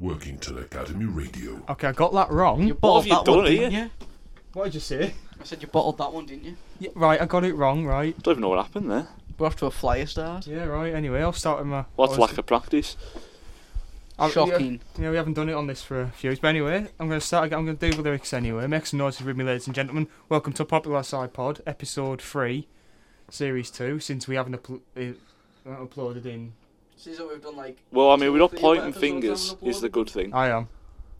Workington Academy Radio. Okay, I got that wrong. You bottled have you that done one, here? didn't you? What did you say? I said you bottled that one, didn't you? Yeah, right, I got it wrong, right. Don't even know what happened there. We're off to a flyer start. Yeah, right. Anyway, I'll start with my. What's I was- lack of practice? I- Shocking. Yeah, yeah, we haven't done it on this for a few. weeks, But anyway, I'm going to start. I'm going to do the lyrics anyway. Make some noises with me, ladies and gentlemen. Welcome to Popular iPod, episode three, series two. Since we haven't upl- uh, uh, uploaded in, See what we've done, like. Well, I mean, we're not Three pointing episodes fingers, haven't is the uploaded. good thing. I am.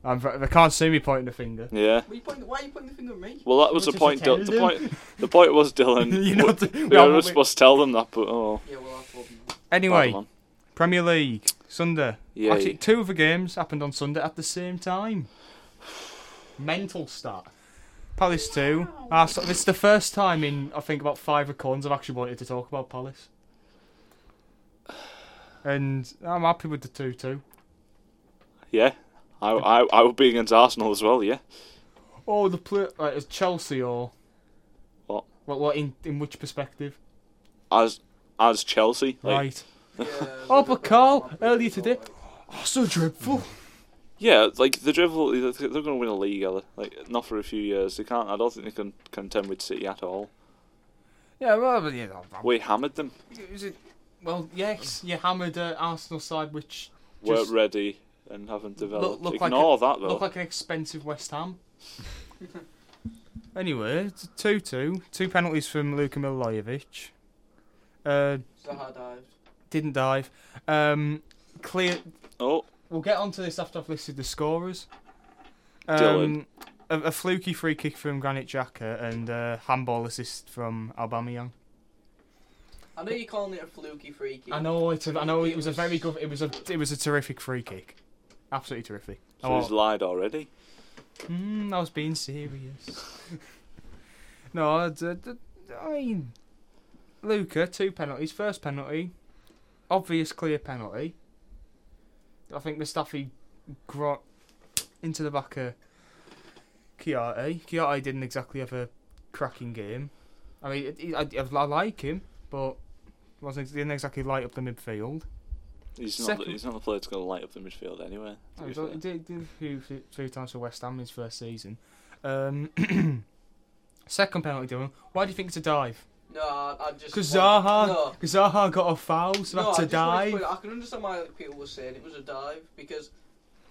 I'm, ver- they can't see me pointing a finger. Yeah. Why are you pointing, why are you pointing the finger at me? Well, that What was the did you point. Dil- tell the them? point. The point was Dylan. You know we- the- we well, were we- supposed to tell them that, but oh. Yeah, well, I told them. Anyway, bad one. Premier League Sunday. Yeah. Actually, two of the games happened on Sunday at the same time. Mental start. Palace two. Ah, Arsenal. It's the first time in I think about five records I've actually wanted to talk about Palace. And I'm happy with the two two. Yeah. I, I I would be against Arsenal as well. Yeah. Oh, the play like, is Chelsea or What? What? What in in which perspective? As as Chelsea. Like, right. Yeah, Oh, but Carl, earlier today. Oh, so dreadful. Yeah. Like the drivel. They're going to win a league. are they? Like not for a few years. They can't. I don't think they can contend with City at all. yeah. Well, but, yeah. I'm- We hammered them. Is it- Well, yes, you hammered uh, Arsenal side, which Weren't Just- ready and haven't developed. look like Ignore a- that though. looked like an expensive West Ham. anyway, it's a 2 2. Two penalties from Luka Milojevic. Uh, Zaha dived. didn't dive. Um, clear. oh. We'll get onto this after I've listed the scorers. Um, Dylan. a, a fluky free kick from Granit Xhaka and a handball assist from Aubameyang. I know you're calling it a fluky freaky. I know it's. A, I know it was a very good. It was a. It was a terrific free kick. Absolutely terrific. So Oh, he's lied already. Mm, I was being serious. no, I, d- d- I mean, Luca, two penalties. First penalty, obvious clear penalty. I think Mustafi grot into the back of Kiarte. Kiarte didn't exactly have a cracking game. I mean, it- I, I, I like him, but wasn't didn't exactly light up the midfield. He's not. Second- The, he's not the player that's going to light up the midfield anyway. Oh, to be he's al- fair. did, did a few, few, few times for West Ham in his first season. Um, second penalty, Dylan. Why do you think it's a dive? No, I, I just. Because want- Zaha, No. because Zaha got a foul, so no, that's I a just wanted dive. to point out- I can understand why people were saying it was a dive because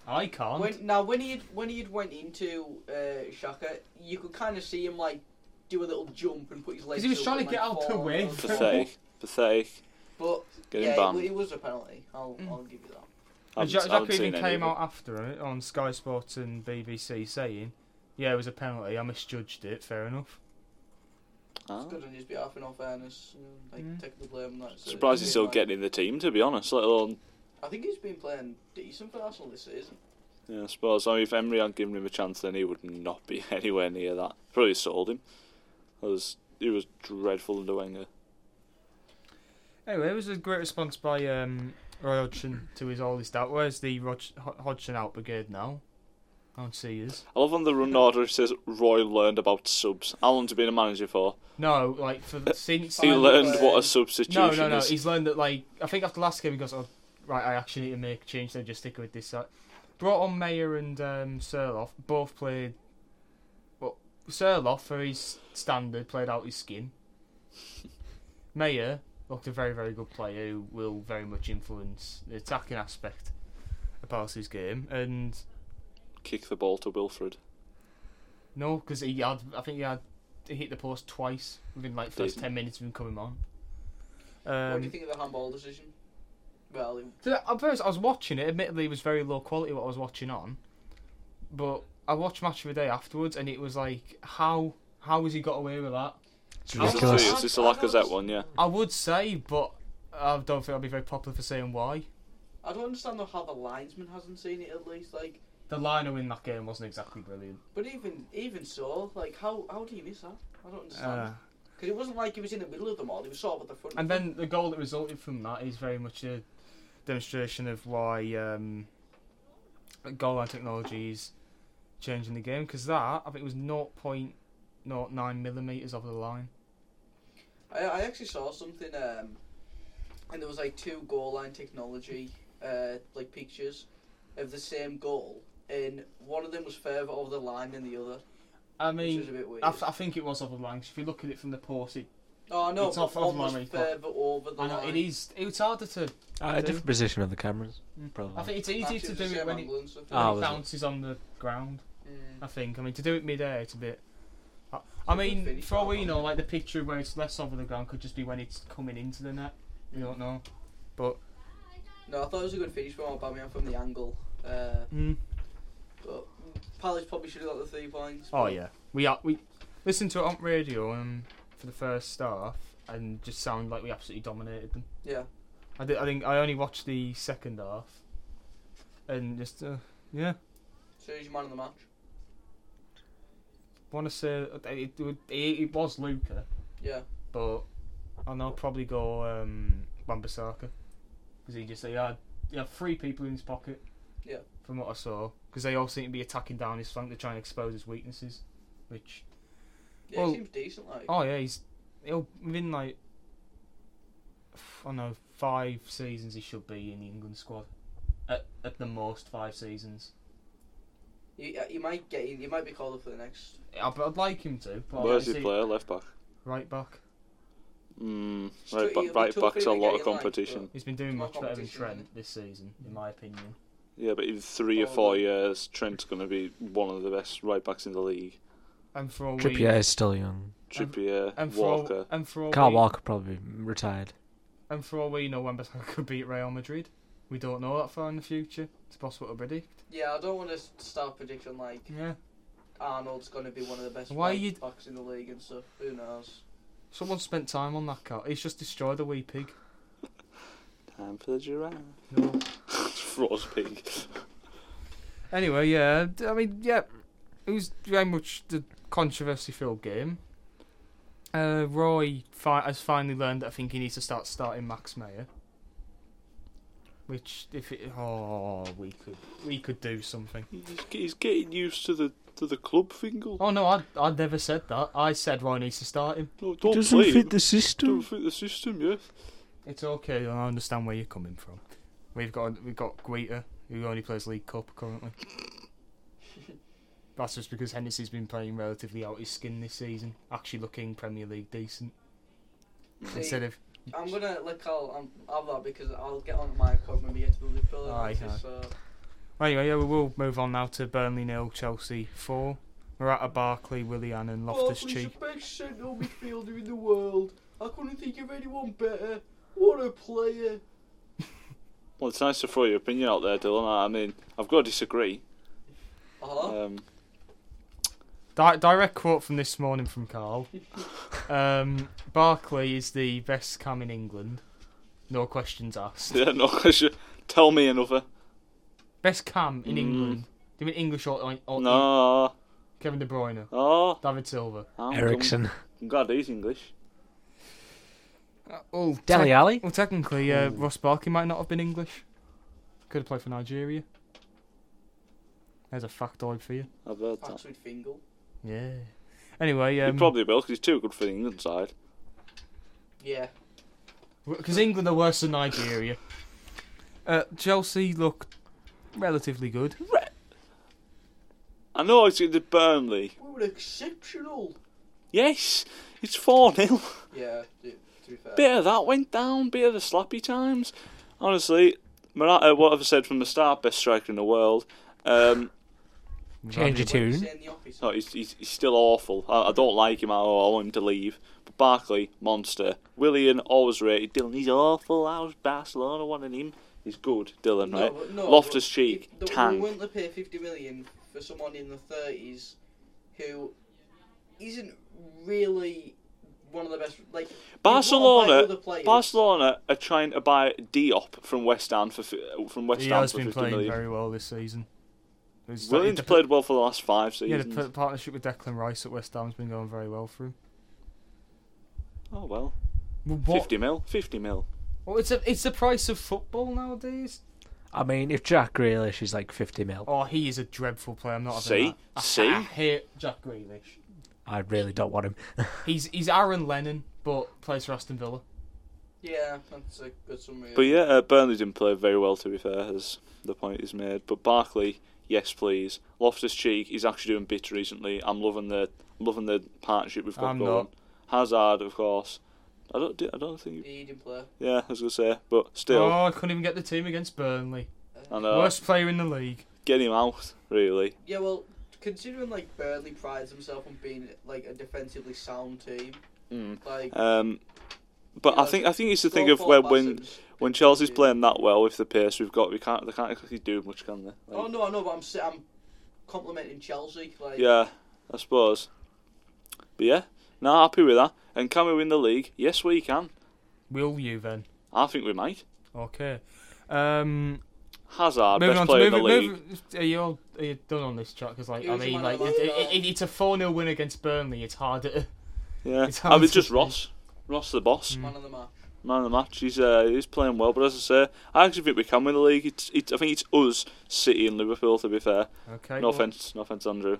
I can't. when now when he when he went into uh, Shaka, you could kind of see him like do a little jump and put his legs. he was up trying and, to get like, out the fall way. on the Pathetic. Pathetic. ball. But Getting yeah, it, banned. w- it was a penalty. I'll, Mm. I'll give you that. I And Ja- haven't- I haven't Xhaka even seen any came of out after it on Sky Sports and BBC saying, "Yeah, it was a penalty. I misjudged it. Fair enough." them. Ah. It's good on his behalf, in all fairness. You know, like, Mm. take the blame. That's it. Surprised he's still Like, getting in the team, to be honest. Let alone, I think he's been playing decent for Arsenal this season. yeah, I suppose. I mean, if Emery hadn't given him a chance, then he would not be anywhere near that. Probably sold him. That was he was dreadful under Wenger. Anyway, it was a great response by um, Roy Hodgson to his all this doubt. Where's the Rog- Ho- Hodgson out brigade now? I don't see us. I love on the run order it says Roy learned about subs. How long's he been a manager for? No, like for since He Finally learned what a learned. substitution No, no, no. is. He's learned that, like, I think after last game, he goes, oh, right, I actually need to make a change, so just stick with this side. Brought on Mayer and um, Serloff, both played. Well, Serloff, for his standard, played out his skin. Mayer looked a very, very good player who will very much influence the attacking aspect of Palace's game. And Kick the ball to Wilfred. no, because he had, I think he had, he hit the post twice within like first Decent. ten minutes of him coming on. what Um, do you think of the handball decision? Well, it, So, at first, I was watching it. Admittedly, it was very low quality what I was watching on, but I watched Match of the Day afterwards, and it was like, how how has he got away with that? It's I'll It's a- Ridiculous. It's just a Lacazette one, yeah. I would say, but I don't think I'll be very popular for saying why. I don't understand though how the linesman hasn't seen it at least. Like, The liner in that game wasn't exactly brilliant. but even even so, like, how how do you miss that? I don't understand. Because it wasn't like he was in the middle of them all. He was sort of at the front. Uh. and of them. then the goal that resulted from that is very much a demonstration of why um, goal line technology is changing the game. Because that, I think, it was 0.09 millimeters of the line. I, I actually saw something, um, and there was like two goal line technology, uh, like pictures, of the same goal, and one of them was further over the line than the other, I which was mean, a bit weird. I, th- I think it was off the line. 'cause if you look at it from the post, it, oh no, it's but off- off one line was when you put- further over the I know line. it is. It's harder to. Uh, a different position of the cameras. Probably. Mm. I think it's Actually, easier it to was do the it same when Oh. it, angle and stuff. when Ah, Oh, it was it? bounces on the ground. Mm. I think. I mean, to do it midair, it's a bit. I, a I good mean, finish for all by we know, Bobby. like the picture where it's less over the ground could just be when it's coming into the net. We don't know. But No, I thought it was a good finish from Aubameyang from the angle. Uh, Mm. but Palace probably should have got the three points. oh but- yeah, we are, we listened to it on radio um, for the first half and just sound like we absolutely dominated them. Yeah. I, did, I think I only watched the second half, and just uh, yeah, So who's your man of the match? want to say it, it, would- it, it was Luca, Yeah. but I know probably go um, Wan-Bissaka because he just he had he had three people in his pocket. Yeah. From what I saw, because they all seem to be attacking down his flank to try and expose his weaknesses, which Yeah, Well- he seems decent. Like. Oh yeah, he's he'll within like I don't know five seasons he should be in the England squad. At, at the most five seasons. You, you uh, might get. You might be called up for the next. I, but I'd like him to. But Where's he obviously- player? Left back. Right back. Mm, Straight- right, back, it'll be right tough back's a for him to lot get of in line, competition. He's been doing More much better than competition, isn't Trent this season, in my opinion. Yeah, but in three or Oh, four well. years, Trent's going to be one of the best right backs in the league. And for all Trippier we is still young. And- Trippier, and for all- Walker. and for all Carl we, Walker probably retired. and for all we know, Wan-Bissaka could beat Real Madrid. We don't know that far in the future. It's possible to predict. Yeah, I don't want to start prediction like Yeah. Arnold's going to be one of the best Why right you- backs in the league and stuff. Who knows? Someone spent time on that cat. He's just destroyed a wee pig. Time for the giraffe. No. Frost pig. Anyway, yeah, d- I mean, yeah, it was very much the controversy-filled game. Uh, Roy fi- has finally learned that I think he needs to start starting Max Meyer. Which, if it, oh, we could, we could do something. He's, he's getting used to the to the club Fingal. Oh no, I, I never said that. I said Roy needs to start him. No, don't play. him. the Don't system. fit the system. Yeah. It's okay. I understand where you're coming from. We've got, we've got Guita, who only plays League Cup currently. That's just because Hennessy's been playing relatively out his skin this season, actually looking Premier League decent. See, instead of I'm gonna let Carl um, have that because I'll get on my card when we get to the Villa. Aye, aye. so. anyway yeah we will move on now to Burnley nil Chelsea four Morata Barkley Willian Oh, and Loftus Cheek the best central midfielder in the world. I couldn't think of anyone better. What a player! Well, it's nice to throw your opinion out there, Dylan. I mean, I've got to disagree. Uh-huh. Um, Di- direct quote from this morning from Carl um, Barkley is the best cam in England no questions asked yeah, no question. Tell me another. best cam in Mm. England do you mean English or, or No. Kevin De Bruyne Oh, David Silva I'm Ericsson. I'm glad he's English. oh Deli Alley. well technically uh, Ross Barkley might not have been English could have played for Nigeria there's a factoid for you I've heard that. Axwood Fingal. Yeah. Anyway, um, he probably will because he's too good for the England side. Yeah. because England are worse than Nigeria. uh, Chelsea looked relatively good. I know it's the Burnley. We were exceptional. Yes, it's 4 0. Yeah, to, to be fair. Bit of that went down, bit of the slappy times. Honestly, Morata, what I've said from the start, best striker in the world. Um, Change your What did you tune. say in the office? no, he's, he's, he's still awful. I, I don't like him at all. I want him to leave. But Barkley, monster. Willian, always rated. Dylan, he's awful. How's Barcelona wanting him? He's good, Dylan, No, right? but- no, Loftus but Cheek, if the- We tank. wouldn't have paid 50 million for someone in the 30s who isn't really one of the best. Like they've got to buy other Barcelona, players. Barcelona are trying to buy Diop from West Ham for fi- from West He Ham has for been 50 playing million. very well this season. He's- uh, Williams the- played well for the last five Yeah, seasons. the p- partnership with Declan Rice at West Ham's been going very well for him. Oh well, Well, What? fifty mil, fifty mil. Well, it's a, it's the price of football nowadays. I mean, if Jack Grealish is like 50 mil, Oh, he is a dreadful player. I'm not. See? having that. Ah, I, See? I hate Jack Grealish. I really don't want him. He's he's Aaron Lennon, but plays for Aston Villa. Yeah, that's a good summary. of But it. yeah, uh, Burnley didn't play very well, to be fair, as the point is made. But Barkley, yes, please. Loftus Cheek, he's actually doing bits recently. I'm loving the I'm loving the partnership we've got I'm going. Hazard, of course. I don't. do- I don't think. He didn't play. Yeah, I was gonna say, but still, Uh, Oh, I couldn't even get the team against Burnley. I know. Worst player in the league. Get him out, really. Yeah, well, considering like Burnley prides himself on being like a defensively sound team, Mm. like Um, but Yeah, I think I think it's the go thing of for where it, when Bassett. when Chelsea's playing that well with the pace we've got, we can't they can't exactly do much, can they? Like, Oh no, I know, but I'm s- I'm complimenting Chelsea. Like Yeah, I suppose. But yeah, no, happy with that. And can we win the league? Yes, we can. Will you then? I think we might. Okay. Um, Hazard, moving best on to player in the moving, league. moving, are you all are you done on this chat? Because like I Who's your mean, man like of it, the it, match? it- it's a four 0 win against Burnley. It's harder. to- Yeah, It's hard I mean to Mm. just say. Ross. Ross the boss, man of the match. man of the match. He's uh, he's playing well, but as I say, I actually think we can win the league. It's, it's I think it's us, City and Liverpool. To be fair, Okay. no well, offense, no offense, Andrew.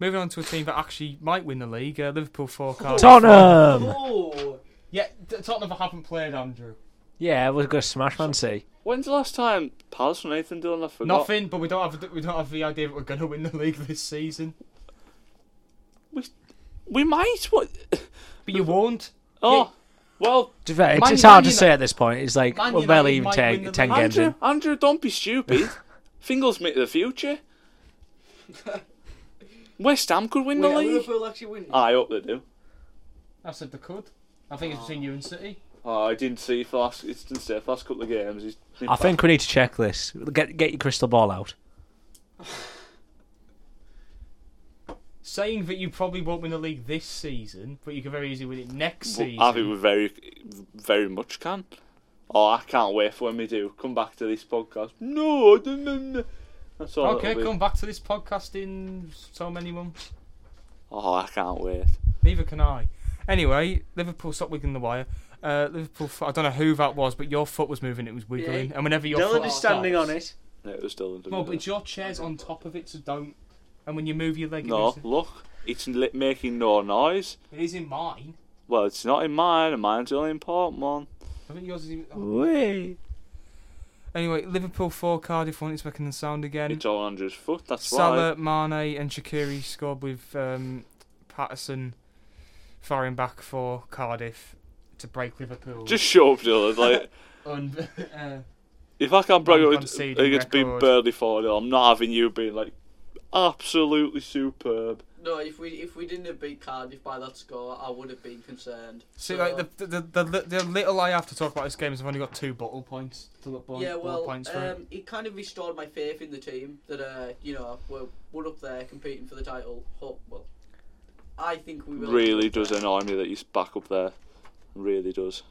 Moving on to a team that actually might win the league. Uh, Liverpool four cards. Um, Tottenham. Oh, Yeah, T- Tottenham haven't played Andrew. Yeah, we're gonna smash Man City. When's the last time Palace and Nathan Dillon? I forgot. Nothing, but we don't have the- we don't have the idea that we're going to win the league this season. We might. What? But you won't. Oh, well, To be fair, It's, Man- it's hard Man to say Uni- at this point. It's like Man we're barely United even might win ten, the 10 league. games Andrew, in. Andrew, don't be stupid. Fingers make the future. West Ham could win wait, the are league. Liverpool actually win. I hope they do. I said they could. I think it's between you and City. Oh, I didn't see for last. It's didn't say for last couple of games. He's been I bad. think we need to check this. Get get your crystal ball out. Saying that you probably won't win the league this season, but you could very easily win it next Well, season. I think we very, very much can. Oh, I can't wait for when we do. Come back to this podcast. No, I didn't. That's all. okay, it'll be. come back to this podcast in so many months. Oh, I can't wait. Neither can I. Anyway, Liverpool stopped wiggling the wire. Uh, Liverpool, fo- I don't know who that was, but your foot was moving, it was wiggling. And whenever your foot stops- it. No, it was still under. No, but it's your chair's on top of it, so don't. And when you move your leg, it no, makes it- look, it's li- making no noise. it is in mine. Well, it's not in mine, and mine's the only important one. I think yours is. Even... oh. Wait. Anyway, Liverpool four, Cardiff one. It's making the sound again. It's all Andrew's foot. That's why. Salah, Mane, and Shakiri scored with um, Patterson firing back for Cardiff to break Liverpool. Just show up, Dylan. Like, Un- uh, if I can't brag Non-conceding against against being record. Burnley 4 0, I'm not having you being like absolutely superb. No, if we if we didn't have beat Cardiff by that score, I would have been concerned. See, So, like the the, the the the little I have to talk about this game is I've only got two bottle points to look bottle, yeah, well, points for it. um, it kind of restored my faith in the team that uh, you know we're, we're up there competing for the title. Hope, well, I think we will. Really does annoy me that he's back up there. Really does.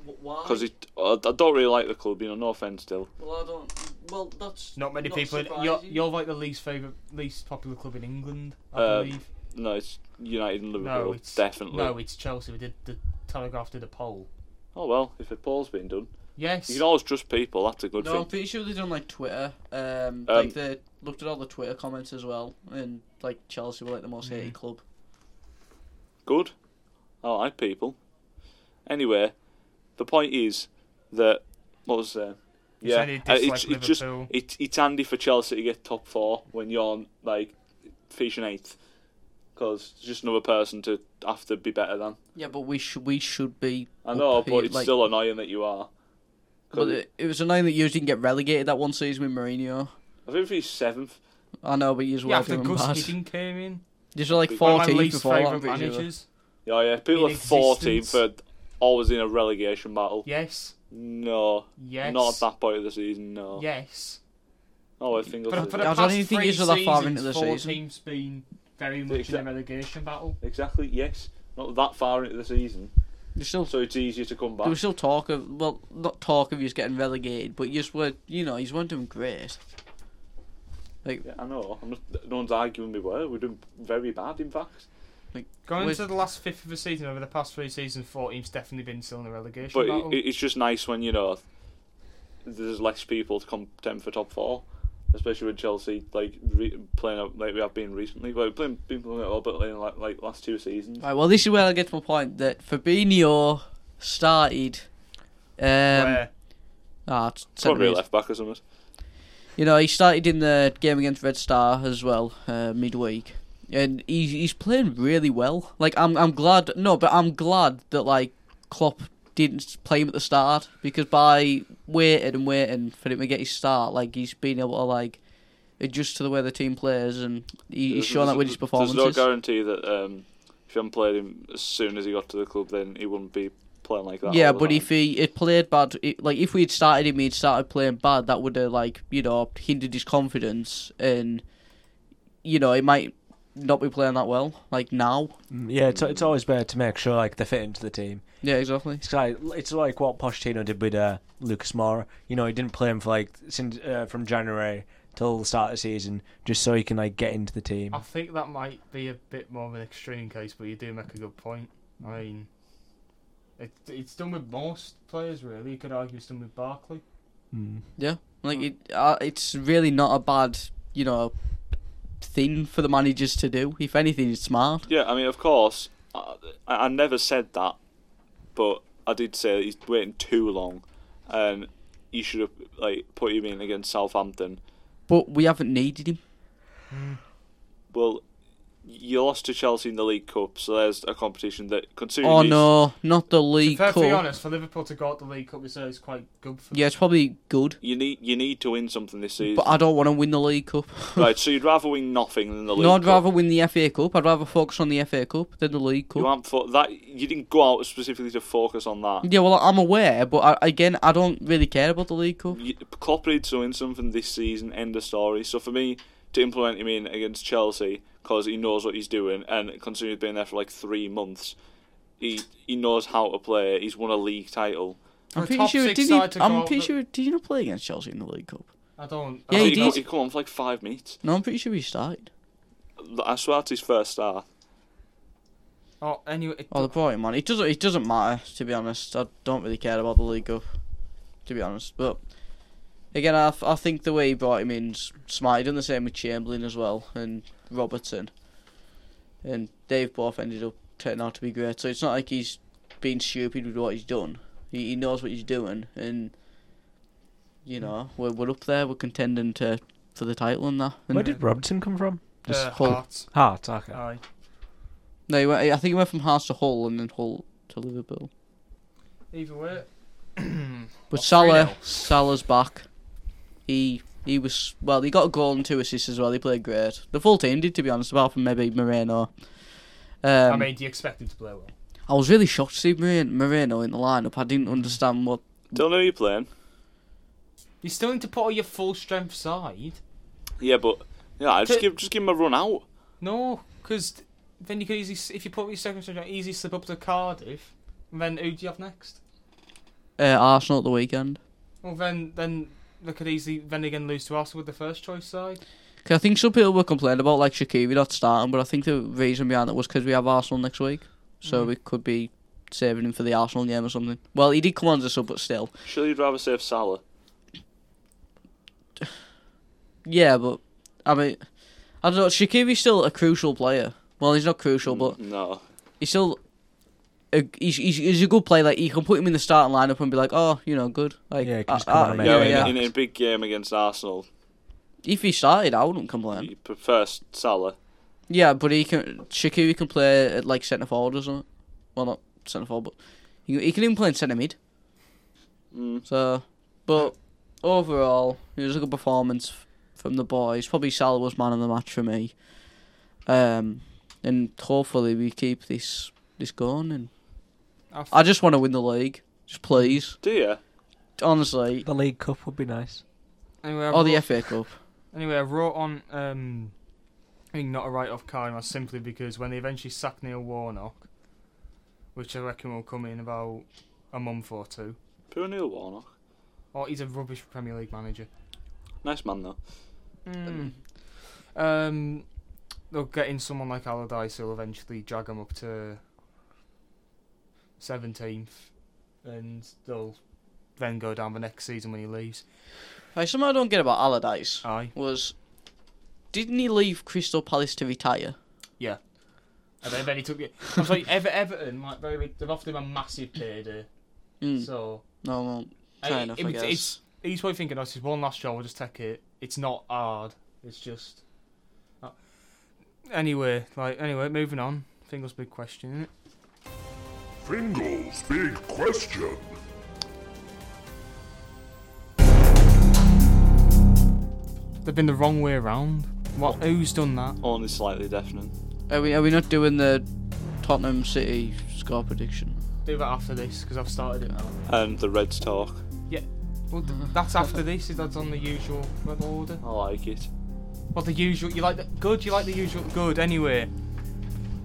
W- Why? Because I I don't really like the club, you know, no offence, Dylan. Well, I don't. Well, that's Not many people. In, you're, surprising. you're like the least favorite, least popular club in England, I Uh, believe. No, it's United and Liverpool. No, it's definitely. No, it's Chelsea. We did the Telegraph did a poll. oh, well, if a poll's been done, Yes. you can always trust people. That's a good No, I'm thing. pretty sure they done like Twitter. Um, Um, like they looked at all the Twitter comments as well, and like Chelsea were like the most Mm. hated club. Good. I like people. Anyway, the point is that what was there? You Yeah, said you uh, it's, dislike it's just Liverpool. it, it's handy for Chelsea to get top four when you're like finishing eighth, because just another person to have to be better than. Yeah, but we should we should be. I know, up but here, it's like- still annoying that you are. 'Cause But it, it was annoying that you didn't get relegated that one season with Mourinho. I think if he's seventh, I know, but you were yeah, after doing Gus bad. Hiddink came in, These were like One one of my 14 least before that, I'm favorite pretty sure. managers. yeah, yeah, people In are fourteenth for existence. always in a relegation battle. Yes. No, Yes. not at that point of the season. No. Yes. Oh, I think For, for the I don't past even think three he's that far into the seasons, four season. teams been very much Exact- in a relegation battle. exactly. Yes, not that far into the season. There's still, so it's easier to come there back. was still talk of, well, not talk of you getting relegated, but you just were, you know, you weren't doing great. Yeah, I know. I'm not, no one's arguing we were. We're doing very bad, in fact. Going With- into the last fifth of the season, over the past three seasons, four teams definitely been still in the relegation But battle. it, it's just nice when you know there's less people to contend for top four, especially with Chelsea like re- playing out like we have been recently. But we've been, been playing it all, but in like, like last two seasons. Right, well, this is where I get to my point that Fabinho started Um, Where? ah, it's centre Probably a mid. left back or something. You know, he started in the game against Red Star as well, uh, midweek, and he's he's playing really well. Like I'm I'm glad no, but I'm glad that like Klopp didn't play him at the start because by waiting and waiting for him to get his start, like he's been able to like adjust to the way the team plays, and he, he's There's- shown that there's- with his performances. There's no guarantee that um, if you hadn't played him as soon as he got to the club, then he wouldn't be playing like that. Yeah, all the but time. if he had played bad, it, like if we'd started him, he'd started playing bad. That would have like you know hindered his confidence, and you know it might not be playing that well. Like now, Mm, Yeah, it's, it's always better to make sure like they fit into the team. yeah, exactly. It's like it's like what Pochettino did with uh, Lucas Moura. You know, he didn't play him for like since uh, from January till the start of the season, just so he can like get into the team. I think that might be a bit more of an extreme case, but you do make a good point. I mean, it, it's done with most players, really. You could argue it's done with Barkley. Mm. Like it, uh, it's really not a bad you know thing for the managers to do. If anything, it's smart. Yeah, I mean, of course, I, I I never said that, but I did say that he's waiting too long, and you should have like put him in against Southampton. But we haven't needed him. Well, you lost to Chelsea in the League Cup, so there's a competition that considering Oh these- no, not the league Fair to be cup. honest, for Liverpool to go out the League Cup this year is quite good for Yeah, it's probably good, you need you need to win something this season. but I don't want to win the league cup. right, so you'd rather win nothing than the League No, I'd Cup. rather win the FA Cup. I'd rather focus on the FA Cup than the League Cup. You aren't fo- that you didn't go out specifically to focus on that. Yeah, well, I'm aware, but I, again, I don't really care about the League Cup. You- Klopp needs to win something this season. End of story. So for me to implement him in against Chelsea because he knows what he's doing and considering he's been there for like three months, he he knows how to play. He's won a league title. For I'm a pretty top sure. six Did side to he, I'm go up pretty the- sure. Did you not play against Chelsea in the League Cup? I don't. Yeah, I he don't- did. He come on for like five minutes. No, I'm pretty sure he started. I swear that's his first start. Oh, anyway, it- Oh, the point, man. It doesn't. It doesn't matter. To be honest, I don't really care about the League Cup. To be honest, but again, I, I think the way he brought him in's smart. He done the same with Chamberlain as well and Robertson, and they've both ended up turning out to be great. So it's not like he's been stupid with what he's done. He, he knows what he's doing, and you know we're we're up there. We're contending to for the title and that. And Where did Robertson come from? Uh, uh, Hull. Hearts. Heart. Okay. Aye. No, he went, I think he went from Hearts to Hull and then Hull to Liverpool. Either way. But Well, Salah, 3-0. Salah's back. He he was well. He got a goal and two assists as well. He played great. The full team did, to be honest, apart from maybe Moreno. Um, I mean, do you expect him to play well? I was really shocked to see Moreno, Moreno in the lineup. I didn't understand what. Don't know who you're playing. You still need to put all your full strength side. Yeah, but yeah, just Th- give just give him a run out. No, because then you could easily, s- if you put your second strength, down, easily slip up to Cardiff. And then who do you have next? Uh, Arsenal at the weekend. Well, then then they could easily then again lose to Arsenal with the first choice side. 'Cause I think some people were complaining about like Shakiri not starting, but I think the reason behind that was because we have Arsenal next week, so Mhm. we could be saving him for the Arsenal game or something. Well, he did come on as a sub, but still. Surely you'd rather save Salah. Yeah, but I mean, I don't know. Shakiri's still a crucial player. Well, he's not crucial, Mm. but Mm, no, he's still a, he's, he's he's a good player. Like you can put him in the starting lineup and be like, oh, you know, good. Like, Yeah, he can just I- come on I- and make yeah, yeah, an yeah. impact. In, in a big game against Arsenal, If he started, I wouldn't complain. you prefer Salah. Yeah, but he can Shakiri can play at like centre forward or something. Well, not centre forward, but he, he can even play in centre mid. Mm. So, but overall, it was a good performance f- from the boys. Probably Salah was man of the match for me. Um, and hopefully we keep this this going. And I f- I just want to win the league, just please. Do you? Honestly, The League Cup would be nice. anyway, I or Oh, the wrote- FA Cup. Anyway, I wrote on um, I think not a write off Kyle simply because when they eventually sack Neil Warnock, which I reckon will come in about a month or two, Poor Neil Warnock. oh, he's a rubbish Premier League manager. Nice man though. Hmm. Hmm. Um, they'll get in someone like Allardyce who'll eventually drag him up to seventeenth, and they'll then go down the next season when he leaves. Like something I don't get about Allardyce Aye, was, didn't he leave Crystal Palace to retire? and then, then he took it. I'm sorry, Ever Everton like very they've offered him a massive payday, Mm. so No, no. I- Fair enough, it- I it's- guess. it's- He's probably thinking, oh, this is one last job, we'll just take it. It's not hard. It's just. Uh, anyway, like, anyway, moving on. Fingal's big question, isn't it? Fingal's big question. They've been the wrong way around. What? Who's done that? Only slightly deafening. Are we are we not doing the Tottenham City score prediction? Do that after this, because I've started it now. And the Reds talk. Well, th- that's after this, that's on the usual order. I like it. Well, the usual. You like the good. You like the usual good. Anyway,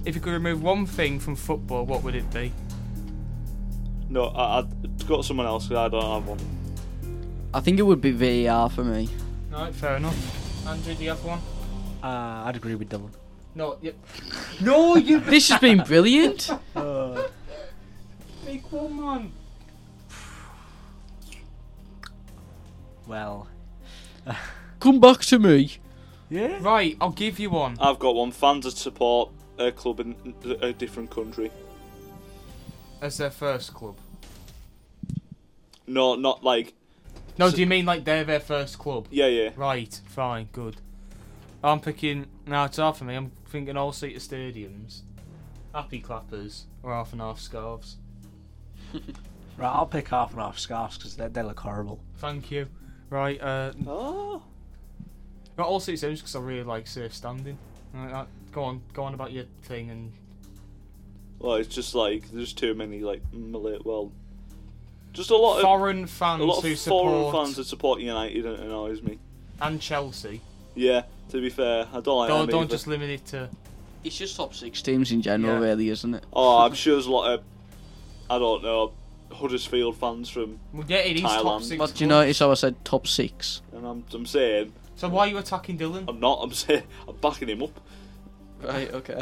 if you could remove one thing from football, what would it be? No, I, I've got someone else 'cause I don't have one. I think it would be VAR for me. Right, fair enough. Andrew, do you have one? Uh, I'd agree with Dylan. No. Yep. Oh, No, you This has been brilliant. big woman. Well, Come back to me. yeah. Right, I'll give you one. I've got one. Fans that support a club in a different country. As their first club. No, not like No, So- do you mean like they're their first club? yeah, yeah. Right, fine, good. I'm picking. No, it's hard for me. I'm thinking all seater stadiums, happy clappers, or half and half scarves. Right, I'll pick half and half scarves because they, they look horrible. Thank you. Right, uh, Oh, Not all seats in because I really like safe standing. Right, uh, go on, go on about your thing and well, it's just like there's too many like Malay. Well, just a lot of foreign fans a lot who of foreign support fans that support United and it annoys me. and Chelsea. Yeah, to be fair, I don't like don't them don't either. just limit it to. It's just top six teams in general, Yeah. really, isn't it? Oh, I'm sure there's a lot of I don't know Huddersfield fans from, Well, yeah, it is top Thailand. six. But do clubs. you notice how I said top six? and I'm I'm saying So why are you attacking Dylan? I'm not. I'm saying I'm backing him up. Right. Okay.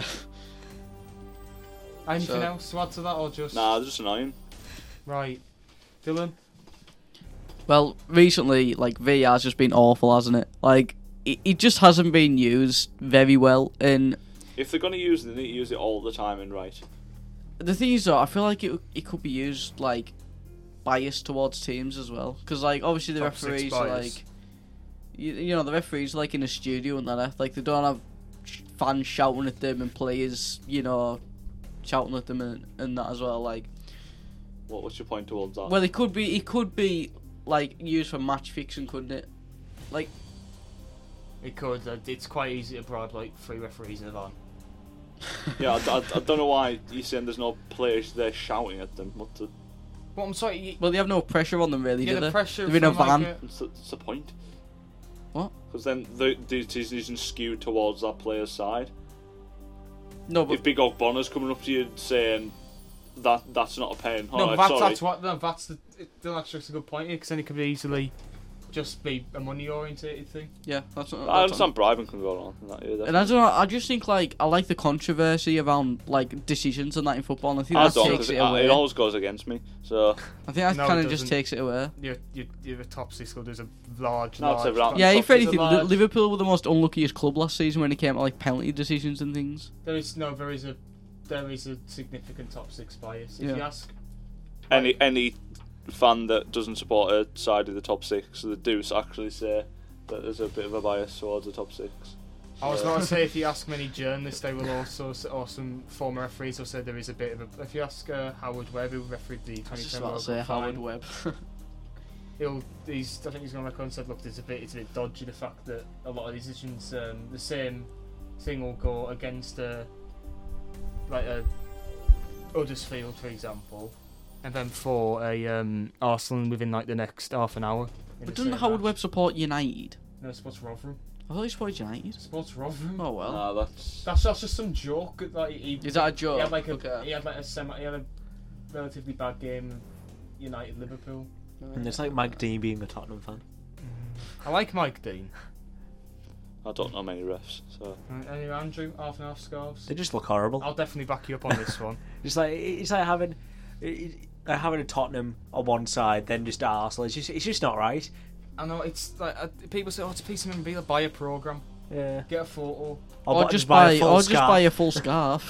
Anything so- else to add to that or just Nah, they're just annoying. right? Dylan, Well, recently, like VR's just been awful, hasn't it? Like it, it just hasn't been used very well. And If they're gonna use it, they need to use it all the time and right. the thing is, though, I feel like it it could be used like biased towards teams as well, because like obviously the Top six referees are bias. like you, you know the referees are, like in a studio and that eh? like they don't have sh- fans shouting at them and players you know shouting at them and, and that as well like What, what's your point towards that? Well, it could be. It could be like used for match fixing, couldn't it? it could. Uh, it's quite easy to bribe like three referees in a van. yeah, I, I, I don't know why you're saying there's no players there shouting at them. What the, Well, I'm sorry. You, Well, they have no pressure on them really, yeah, do the they? pressure. They're in a from, like, van. what's the, what's the point? What? Because then the the decision skewed towards that player's side. No, but If Big Og Bonner's coming up to you and saying that that's not a pen, No, alright, that's, Oh, sorry. that's what. No, that's the. it- Dylan actually makes a good point here because then it could be easily just be a money orientated thing. yeah, that's not. I that's not- understand bribing can go on. in That, yeah, And I don't know. I just think like I like the controversy around like decisions and that in football. And I think I that don't. 'cause takes it it, I- away. it always goes against me. So I think that No, it kind of just doesn't. takes it away. your your, your top six club there's a large. No, it's large a round- Yeah, top if six is anything, large. Li- Liverpool were the most unluckiest club last season when it came to like penalty decisions and things. There is no, there is a, there is a significant top six bias. If Yeah. you ask, any any fan that doesn't support a side of the top six, they do actually say that there's a bit of a bias towards the top six. I was going to say if you ask many journalists, they will also s- or some former referees will say there is a bit of a. If you ask uh, Howard Webb, who refereed the I was just 2010 about World to say Cup Howard final, Webb. he'll he's I think he's going to record and said, look, it's a bit it's a bit dodgy the fact that a lot of these decisions um, the same thing will go against a like a Huddersfield for example, and then for a um, Arsenal within like the next half an hour. in but the doesn't same Howard match. Webb support United? No, Sports Rotherham. I thought he supported United. Sports Rotherham. Oh well. Nah, that's That's, that's just some joke. Like he, Is that a joke? he had like a Okay. he had like a semi he had a relatively bad game. United Liverpool. And it's like Mike Dean being a Tottenham fan. I like Mike Dean. I don't know many refs. So Right, Anyway, Andrew, half and half scarves. They just look horrible. I'll definitely back you up on this one. It's like it's like having it- like having a Tottenham on one side, then just Arsenal. It's just it's just not right. I know it's like uh, people say, "Oh, it's a piece of memorabilia. Buy a program." Yeah. Get a photo. Or, or bu- just buy, a full or just scarf. buy a full scarf.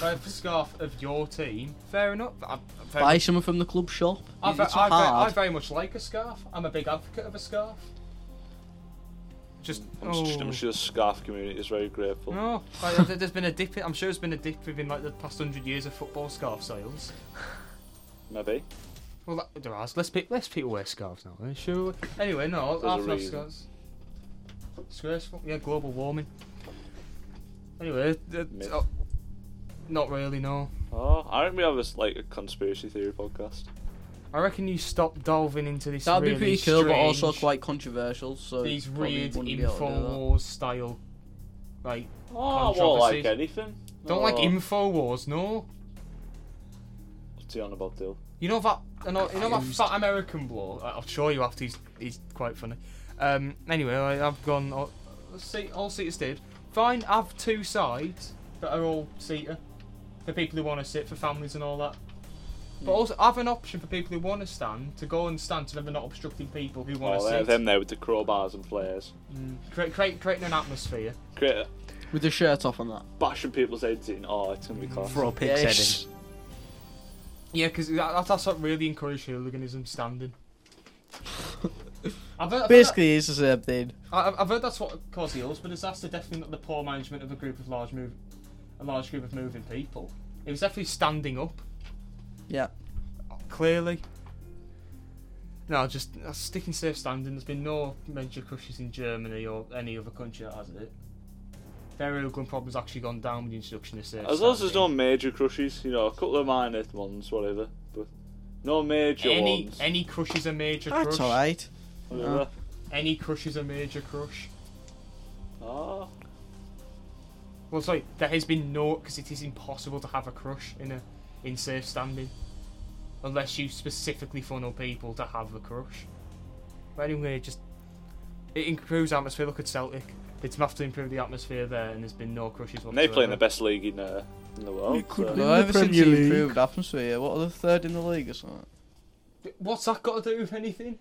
Buy a scarf of your team. Fair enough. I, I- fair buy some from the club shop. I, ve- it's I, ve- I hard. very much like a scarf. I'm a big advocate of a scarf. Just, I'm, oh. s- I'm sure the scarf community is very grateful. No, like, there- there's been a dip. I'm sure there's been a dip within like the past hundred years of football scarf sales. Maybe. Well, that, there are. Less, pe- less people wear scarves now. eh? Sure. Anyway, no, There's a half enough reason. scarves. Disgraceful. Yeah, global warming. Anyway, th- Myth. oh, not really. No, Oh, I think we have a, s- like a conspiracy theory podcast. I reckon you stop delving into this. That'd be really pretty cool, but also strange- quite controversial. So these probably weird wouldn't be able to do that. InfoWars style. Like, Oh, I won't like Controversies. anything. don't oh, like InfoWars, no? What's he on about, Dill? You know that you know, you know that fat American bloke? I- I'll show you after he's, he's quite funny. Um, anyway, I, I've gone. All, see, all seaters did. Fine, have two sides that are all seater for people who want to sit, for families and all that. But also have an option for people who want to stand to go and stand so that they're not obstructing people who want to Oh, there, sit. them there with the crowbars and flares. Create, create, creating an atmosphere. Create with the shirt off and that. bashing people's heads in. Oh, it's gonna be class. for a pig Yeah, setting. Yeah, because that, that's what really encouraged hooliganism standing. I've heard, I've, heard, Basically, it's the same thing. I- I've heard that's what caused the ultimate disaster. Definitely not the poor management of a group of large move, a large group of moving people. It was definitely standing up. Yeah. Clearly. No, just uh, sticking safe standing. There's been no major crushes in Germany or any other country that has it. Very gun problems actually gone down with the introduction of safe. As long as there's no standing. major crushes, you know, a couple of minor ones, whatever, but no major any ones. any crush is a major That's crush. alright. whatever. Any crush is a major crush. Oh, Well, sorry, there has been no because it is impossible to have a crush in a in safe standing, unless you specifically funnel people to have a crush. But anyway, just it improves atmosphere. Look at Celtic; it's have to improve the atmosphere there, and there's been no crushes. and they play in the whatsoever. best league in, uh, in the world. so- Well, ever since he improved atmosphere, what are the third in the league or something? What's that got to do with anything?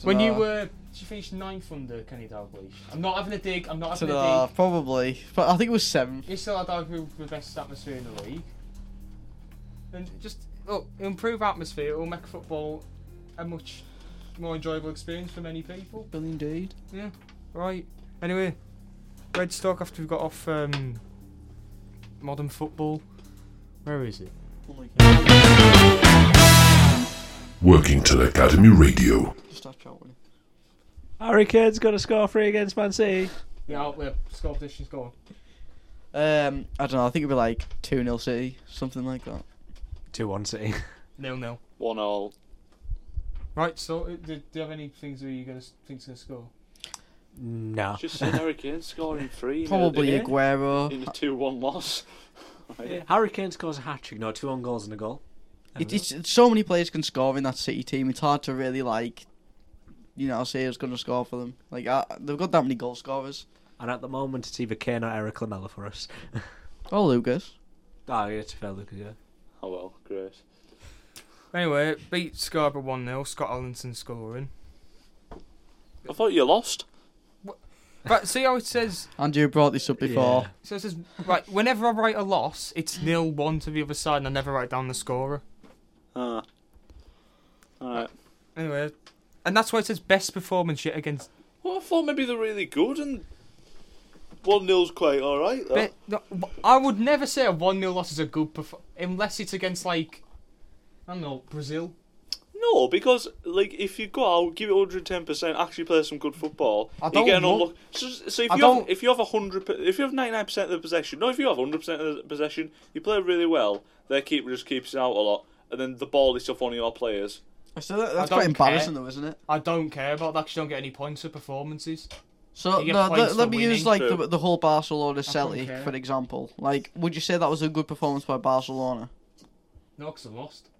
Dunno. When you were, did you finish ninth under Kenny Dalglish? I'm not having a dig. I'm not having a Dunno, dig. uh, probably, but I think it was seventh. You still had arguably the best atmosphere in the league. And just look, improve atmosphere it will make football a much more enjoyable experience for many people. Well, indeed. Yeah. Right. Anyway, Red Stock after we got off um, modern football. Where is it? Workington Academy Radio. Just start shouting. Harry Kane's got to score three against Man City. Yeah, out there. Score position's gone. Um, I don't know. I think it'd be like two 0 City, something like that. Two one City. Nil nil. One all. Right. So, uh, do, do you have any things that you gonna s- think's gonna score? no. Just seen Harry Kane scoring three. in a- Probably in a, Aguero. in a two-one loss. Yeah. Harry Kane scores a hat trick. No, two on goals and a goal. It, it's, it's so many players can score in that City team. It's hard to really like, you know, say who's going to score for them. Like I, they've got that many goal scorers. And at the moment, it's either Kane or Eric Lamella for us. Oh, Lucas. Oh, yeah, it's fair, Lucas. Yeah. Oh well, great. Anyway, beat Scarborough one 0 Scott Allinson scoring. I thought you lost. But see how it says Andrew brought this up before. Yeah. So it says right. Whenever I write a loss, it's nil one to the other side, and I never write down the scorer. Ah. Alright. Anyway, and that's why it says best performance yet against. Well, I thought maybe they're really good and one 0s quite alright. Be, no, I would never say a one 0 loss is a good perform unless it's against like I don't know Brazil. No, because like if you go out, give it hundred ten percent, actually play some good football, I you get don't an know. unlock. So, so if I you don't- have, if you have hundred, if you have ninety nine percent of the possession, no, if you have hundred percent of the possession, you play really well. Their keeper just keeps it out a lot, and then the ball is off one of your players. So that, that's I don't quite embarrassing, care. though, isn't it? I don't care about that. 'cause you don't get any points for performances. So You get no, points let, for let me winning. use like the, True. the whole Barcelona don't Celtic care. for example. Like, would you say that was a good performance by Barcelona? No, 'cause I lost.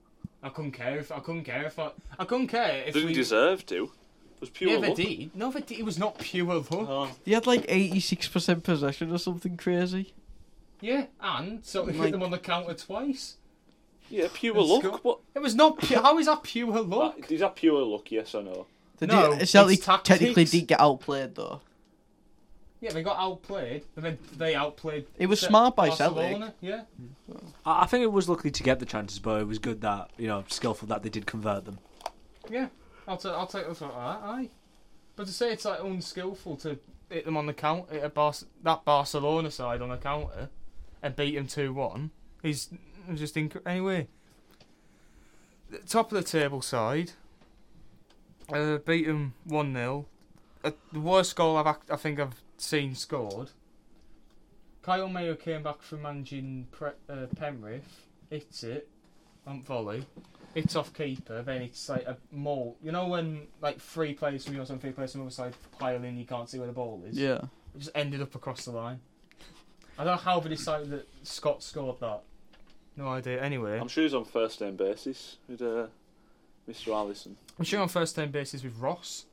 I couldn't care if I couldn't care if I I couldn't care if Didn't we. deserve to. It was pure yeah, they luck. did. No, they did. It was not pure luck. Oh, They had like eighty six percent possession or something crazy. Yeah, and so we hit Like- them on the counter twice. yeah, pure Let's luck. go. What? It was not. Pure, how is that pure luck? That, is that pure luck? Yes or no? They No, did, it's Celtic tactics. technically did get outplayed though. Yeah, they got outplayed, and then they outplayed. It was Se- smart by Barcelona, Yeah. I I think it was lucky to get the chances, but it was good that you know skillful that they did convert them. Yeah, I'll, t- I'll take this one. Aye, aye. But to say it's like unskillful to hit them on the count, hit a Bar- that Barcelona side on the counter, and beat them two one is just inc- anyway. The top of the table side, uh, beat them one 0 uh, The worst goal I've act- I think I've seen scored. Kyle Mayo came back from managing pre- uh, Penrith, hits it on volley it's off keeper, then it's like a maul. You know when like three players from your side, and three players from the other side pile in, you can't see where the ball is. Yeah. It just ended up across the line. I don't know how they decided that Scott scored that. No idea. Anyway, I'm sure he's on first name basis with uh, Mr. Allison. I'm sure on first ten basis with Ross.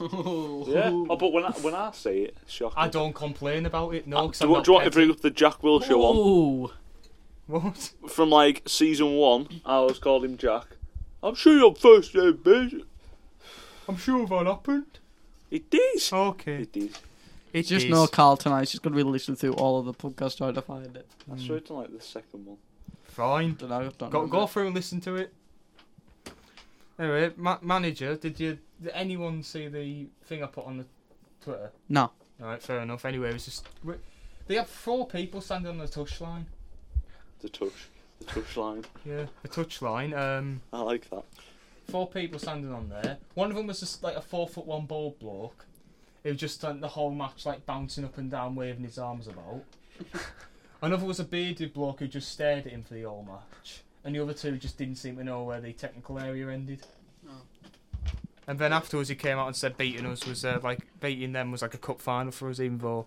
Yeah. Oh, but when I, when I say it, it's shocking. I don't complain about it. No, Uh, because do, I'm you not. want- do you want to petty. bring up the Jack Wilshere one? Oh. What? From like season one, I always called him Jack. I'm sure you're on first name basis. I'm sure that happened. It is. Okay. It is. It Just is. know Carl tonight. She's gonna be listening through all of the podcasts trying to find it. I swear it's on like the second one. Fine. Don't know. Don't Go, remember. go through and listen to it. Anyway, ma- manager, did you? Did anyone see the thing I put on the Twitter? No. All right, fair enough. Anyway, it was just we- they had four people standing on the touchline. The touch. The touch line. Yeah, the touchline. Um, I like that. four people standing on there. One of them was just like a four foot one bald bloke. Who just spent the whole match like bouncing up and down, waving his arms about. Another was a bearded bloke who just stared at him for the whole match, and the other two just didn't seem to know where the technical area ended. And then afterwards, he came out and said beating us was uh, like beating them was like a cup final for us, even though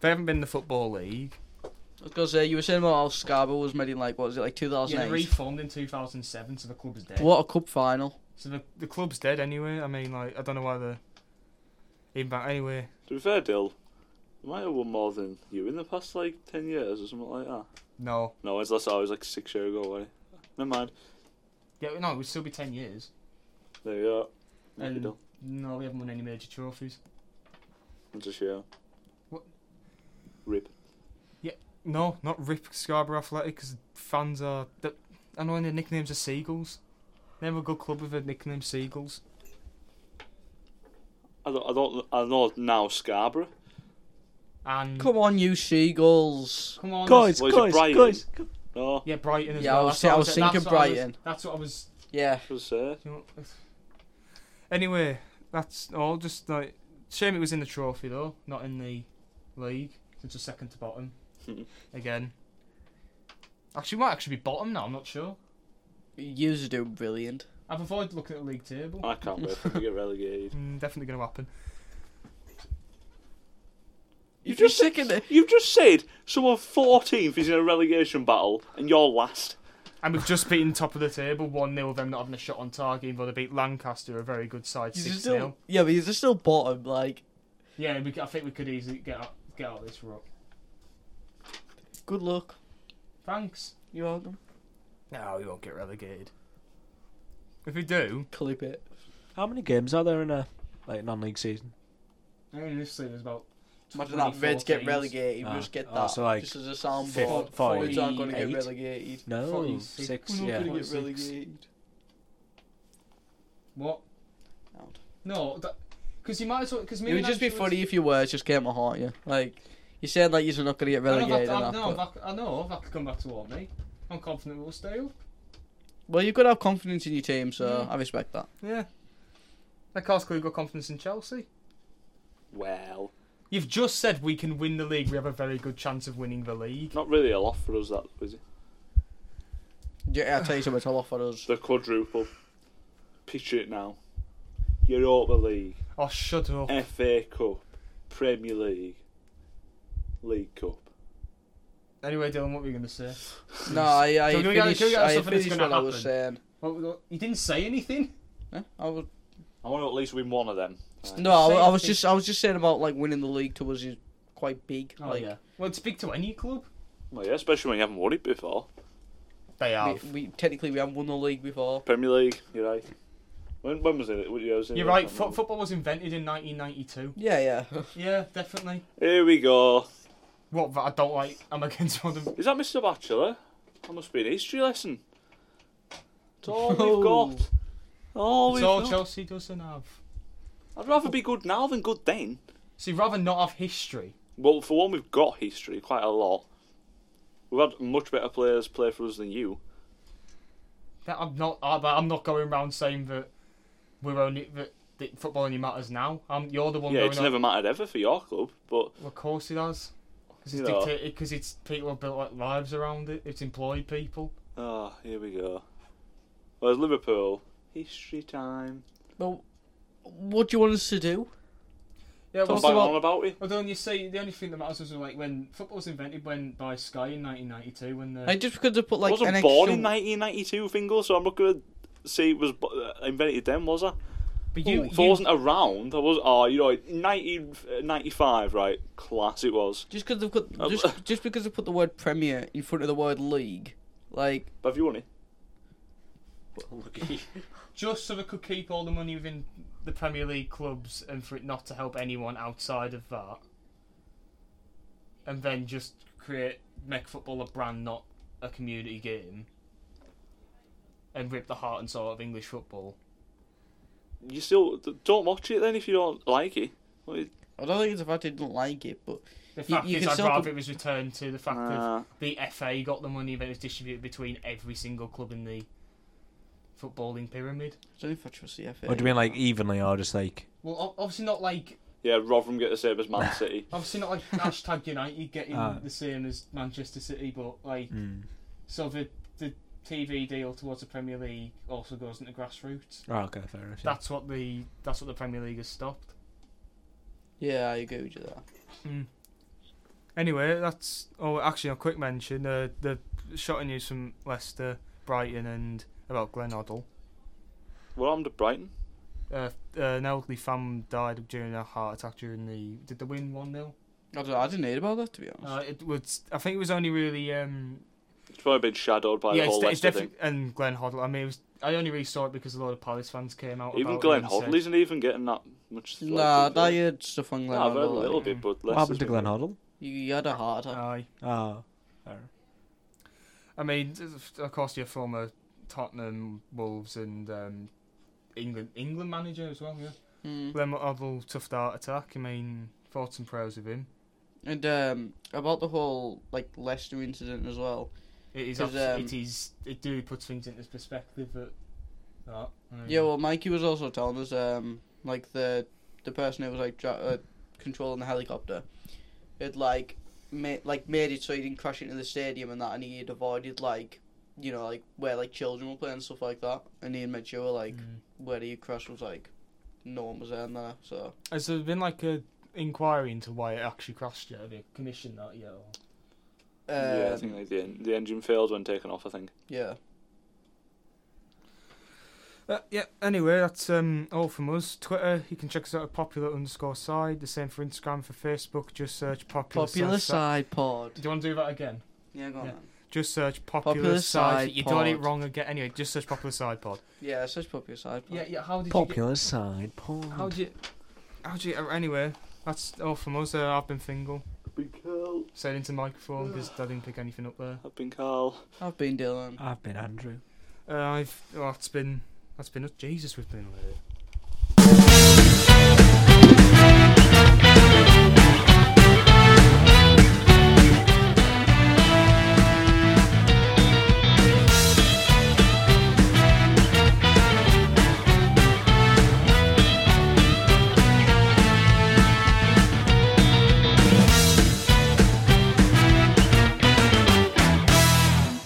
they haven't been in the football league. I was gonna say you were saying about how Scarborough was made in like what was it like Yeah, 2008? they reformed in 2007, so the club's dead. what a cup final. So the, the club's dead anyway. I mean, like, I don't know why they're even back anyway. To be fair, Dill, you might have won more than you in the past like 10 years or something like that. No. No, it's less, I was like six years ago, wasn't it? Never mind. Yeah, no, it would still be 10 years. There you are. Lucky And- Dill. No, we haven't won any major trophies. That's a shame. What? Rip. No, not Rip Scarborough Athletic, because fans are. The, I know their nicknames are Seagulls. Never a good club with a nickname Seagulls. I don't, I don't, I know now Scarborough. And. Come on, you seagulls. come on, Guys, Well, is it guys, Brighton? guys, No, Yeah, Brighton as Yeah, I well. was That's what thi- I was that's thinking what I was- Brighton. That's what I was Yeah. I was there. You know, it's- Anyway, that's all. Just like shame it was in the trophy though, not in the league. It's just second to bottom again. Actually, we might actually be bottom now. I'm not sure. Yous are doing brilliant. I've avoided looking at the league table. I can't wait for them to get relegated. Mm, definitely going to happen. You've You're just sick of it. You've just said someone 14th is in a relegation battle and you're last. And we've just beaten top of the table one 0 Them not having a shot on target, even though they beat Lancaster, a very good side, Yous are six still, 0 yeah, but yous are still bottom. Like, Yeah, we, I think we could easily get out, get out of this rut. good luck. Thanks. You're welcome. No, we won't get relegated. If we do, Clip it. how many games are there in a like non-league season? I mean, this league was about Imagine that 24 Reds get teams. relegated. Ah. just get Ah, that. so, like, just as a fifth, soundboard. five, Reds aren't going to get eight. relegated. No, Forty six. six. We're not Yeah, going to get Six. relegated. What? Out. No, because you might as well. Because It would just be funny if your words just came to haunt you. Like, you said like you're not going to get I know, relegated. that, I, and that, know but- that, I know that could come back to haunt me. I'm confident we'll stay up. Well, you've got to have confidence in your team, so Mm. I respect that. Yeah. That Carl's clearly got confidence in Chelsea. Well, You've just said we can win the league. We have a very good chance of winning the league. not really a lot for us, that was it? Yeah, I'll tell you something, it's a lot for us. The quadruple. Picture it now Europa League, Oh, shut up. FA Cup, Premier League, League Cup. Anyway, Dylan, what were you going to say? No, I, I So can we get- finished, can we get I something that's finished gonna what I was saying. What- what- you didn't say anything. Huh? I was, I want to at least win one of them. no, I, Say I was it. just I was just saying about like winning the league to us is quite big. Oh, like, yeah. Well, speak to any club. Well, yeah, especially when you haven't won it before. They we, we technically we haven't won the league before. Premier League, you're right. When, when was it? What year was it? You're right. Fo- football was invented in 1992. Yeah, yeah. Yeah, definitely. Here we go. What? That I don't like. I'm against modern. Is that Mr. Bachelor? That must be an history lesson. It's all we've got. All It's we've all got. Chelsea doesn't have. I'd rather be good now than good then. See, rather not have history. Well, for one, we've got history quite a lot. We've had much better players play for us than you. That I'm not. I- but I'm not going around saying that we're only that, that football only matters now. Um, you're the one. yeah, going it's on. never mattered ever for your club, but Well, of course it has. Because You it's know. dictated. Because it's people have built like lives around it. It's employed people. ah, here we go. Whereas Liverpool, history time. Well, what do you want us to do? Yeah. Don't Well, bang so- on about it. well, don't you see? The only thing that matters was like when football was invented when by Sky in 1992 when the I just because they put like I wasn't an born extra- in 1992, Fingal, so I'm not going to say it was bo- uh, invented then, was I? but you, so I you- Oh, wasn't around. I was, oh, you know, 1995, right? Class it was. Just because they've got Um, just, just because they put the word Premier in front of the word League, like But have you won it? just so they could keep all the money within the Premier League clubs and for it not to help anyone outside of that. And then just create make football a brand, not a community game. And rip the heart and soul of English football. You still th- don't watch it then if you don't like it. Well, it- I don't think it's the fact they didn't like it, but The You- fact you is, can I'd still rather com- it was returned to the fact Nah. that the FA got the money that was distributed between every single club in the footballing pyramid. I don't know if I trust the FA. Or do you mean like e- evenly, or just like Well, ob- obviously not like yeah, Rotherham get the same as Man City. Obviously not like hashtag United getting Ah. the same as Manchester City, but like mm. so the the TV deal towards the Premier League also goes into grassroots. Oh, okay, fair enough. yeah. That's what the that's what the Premier League has stopped. Yeah, I agree with you there. Anyway, that's oh actually a quick mention uh, the shotting news from Leicester, Brighton, and about Glenn Oddle. What happened to Brighton? Uh, uh, an elderly fam died during a heart attack during the did they win one 0 I don't. know, I didn't hear about that to be honest. Uh, it was I think it was only really um It's probably been shadowed by the it's, whole de- Leicester it's thing. definitely and Glenn Hoddle. I mean, it was, I only really saw it because a lot of Palace fans came out. Even about Glenn it and said- Hoddle isn't even getting that much. like, nah, good I play. heard stuff on Glenn. Nah, I've heard a Hoddle, like, little bit, but what happened to Leicester's Glenn been- Hoddle? You, you had a heart attack. Aye. Oh, I mean, d- of course, your former Tottenham, Wolves, and um, England England manager as well. Yeah, Hmm. Glenn Hoddle tough heart attack. I mean, thoughts and prayers with him. And um, about the whole like Leicester incident as well. It is, 'Cause, abs- um, it is, it do puts things into perspective. That, that I mean, Yeah, well, Mikey was also telling us, um, like the the person who was like dra- uh, controlling the helicopter, had like made like made it so he didn't crash into the stadium and that, and he had avoided like you know like where like children were playing and stuff like that, and he had made sure like Mm. where he crashed was like no one was there and there, so has there been like a inquiry into why it actually crashed yet? Have you commissioned that yet? Or? um, yeah, I yeah, think like, the, en- the engine failed when taken off. I think. Uh, yeah, anyway, that's um, all from us. Twitter, you can check us out at popular underscore side. The same for Instagram, for Facebook, just search popular, popular uh, side. side pod. Do you want to do that again? Yeah, go on. Yeah. then. Just search popular, Popular side. Side You got it Pod. wrong again. Anyway, just search popular side pod. Yeah, it's just popular side pod. Yeah, yeah, how did popular side you get... How porn. did you... How did you... uh, Anyway, that's all from us. Uh, I've been Fingal. Big Carl. Said into the microphone because I didn't pick anything up there. I've been Carl. I've been Dylan. I've been Andrew. Uh, I've... Oh, that's been... That's been... Jesus, we've been late.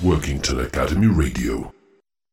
Working Till Academy Radio.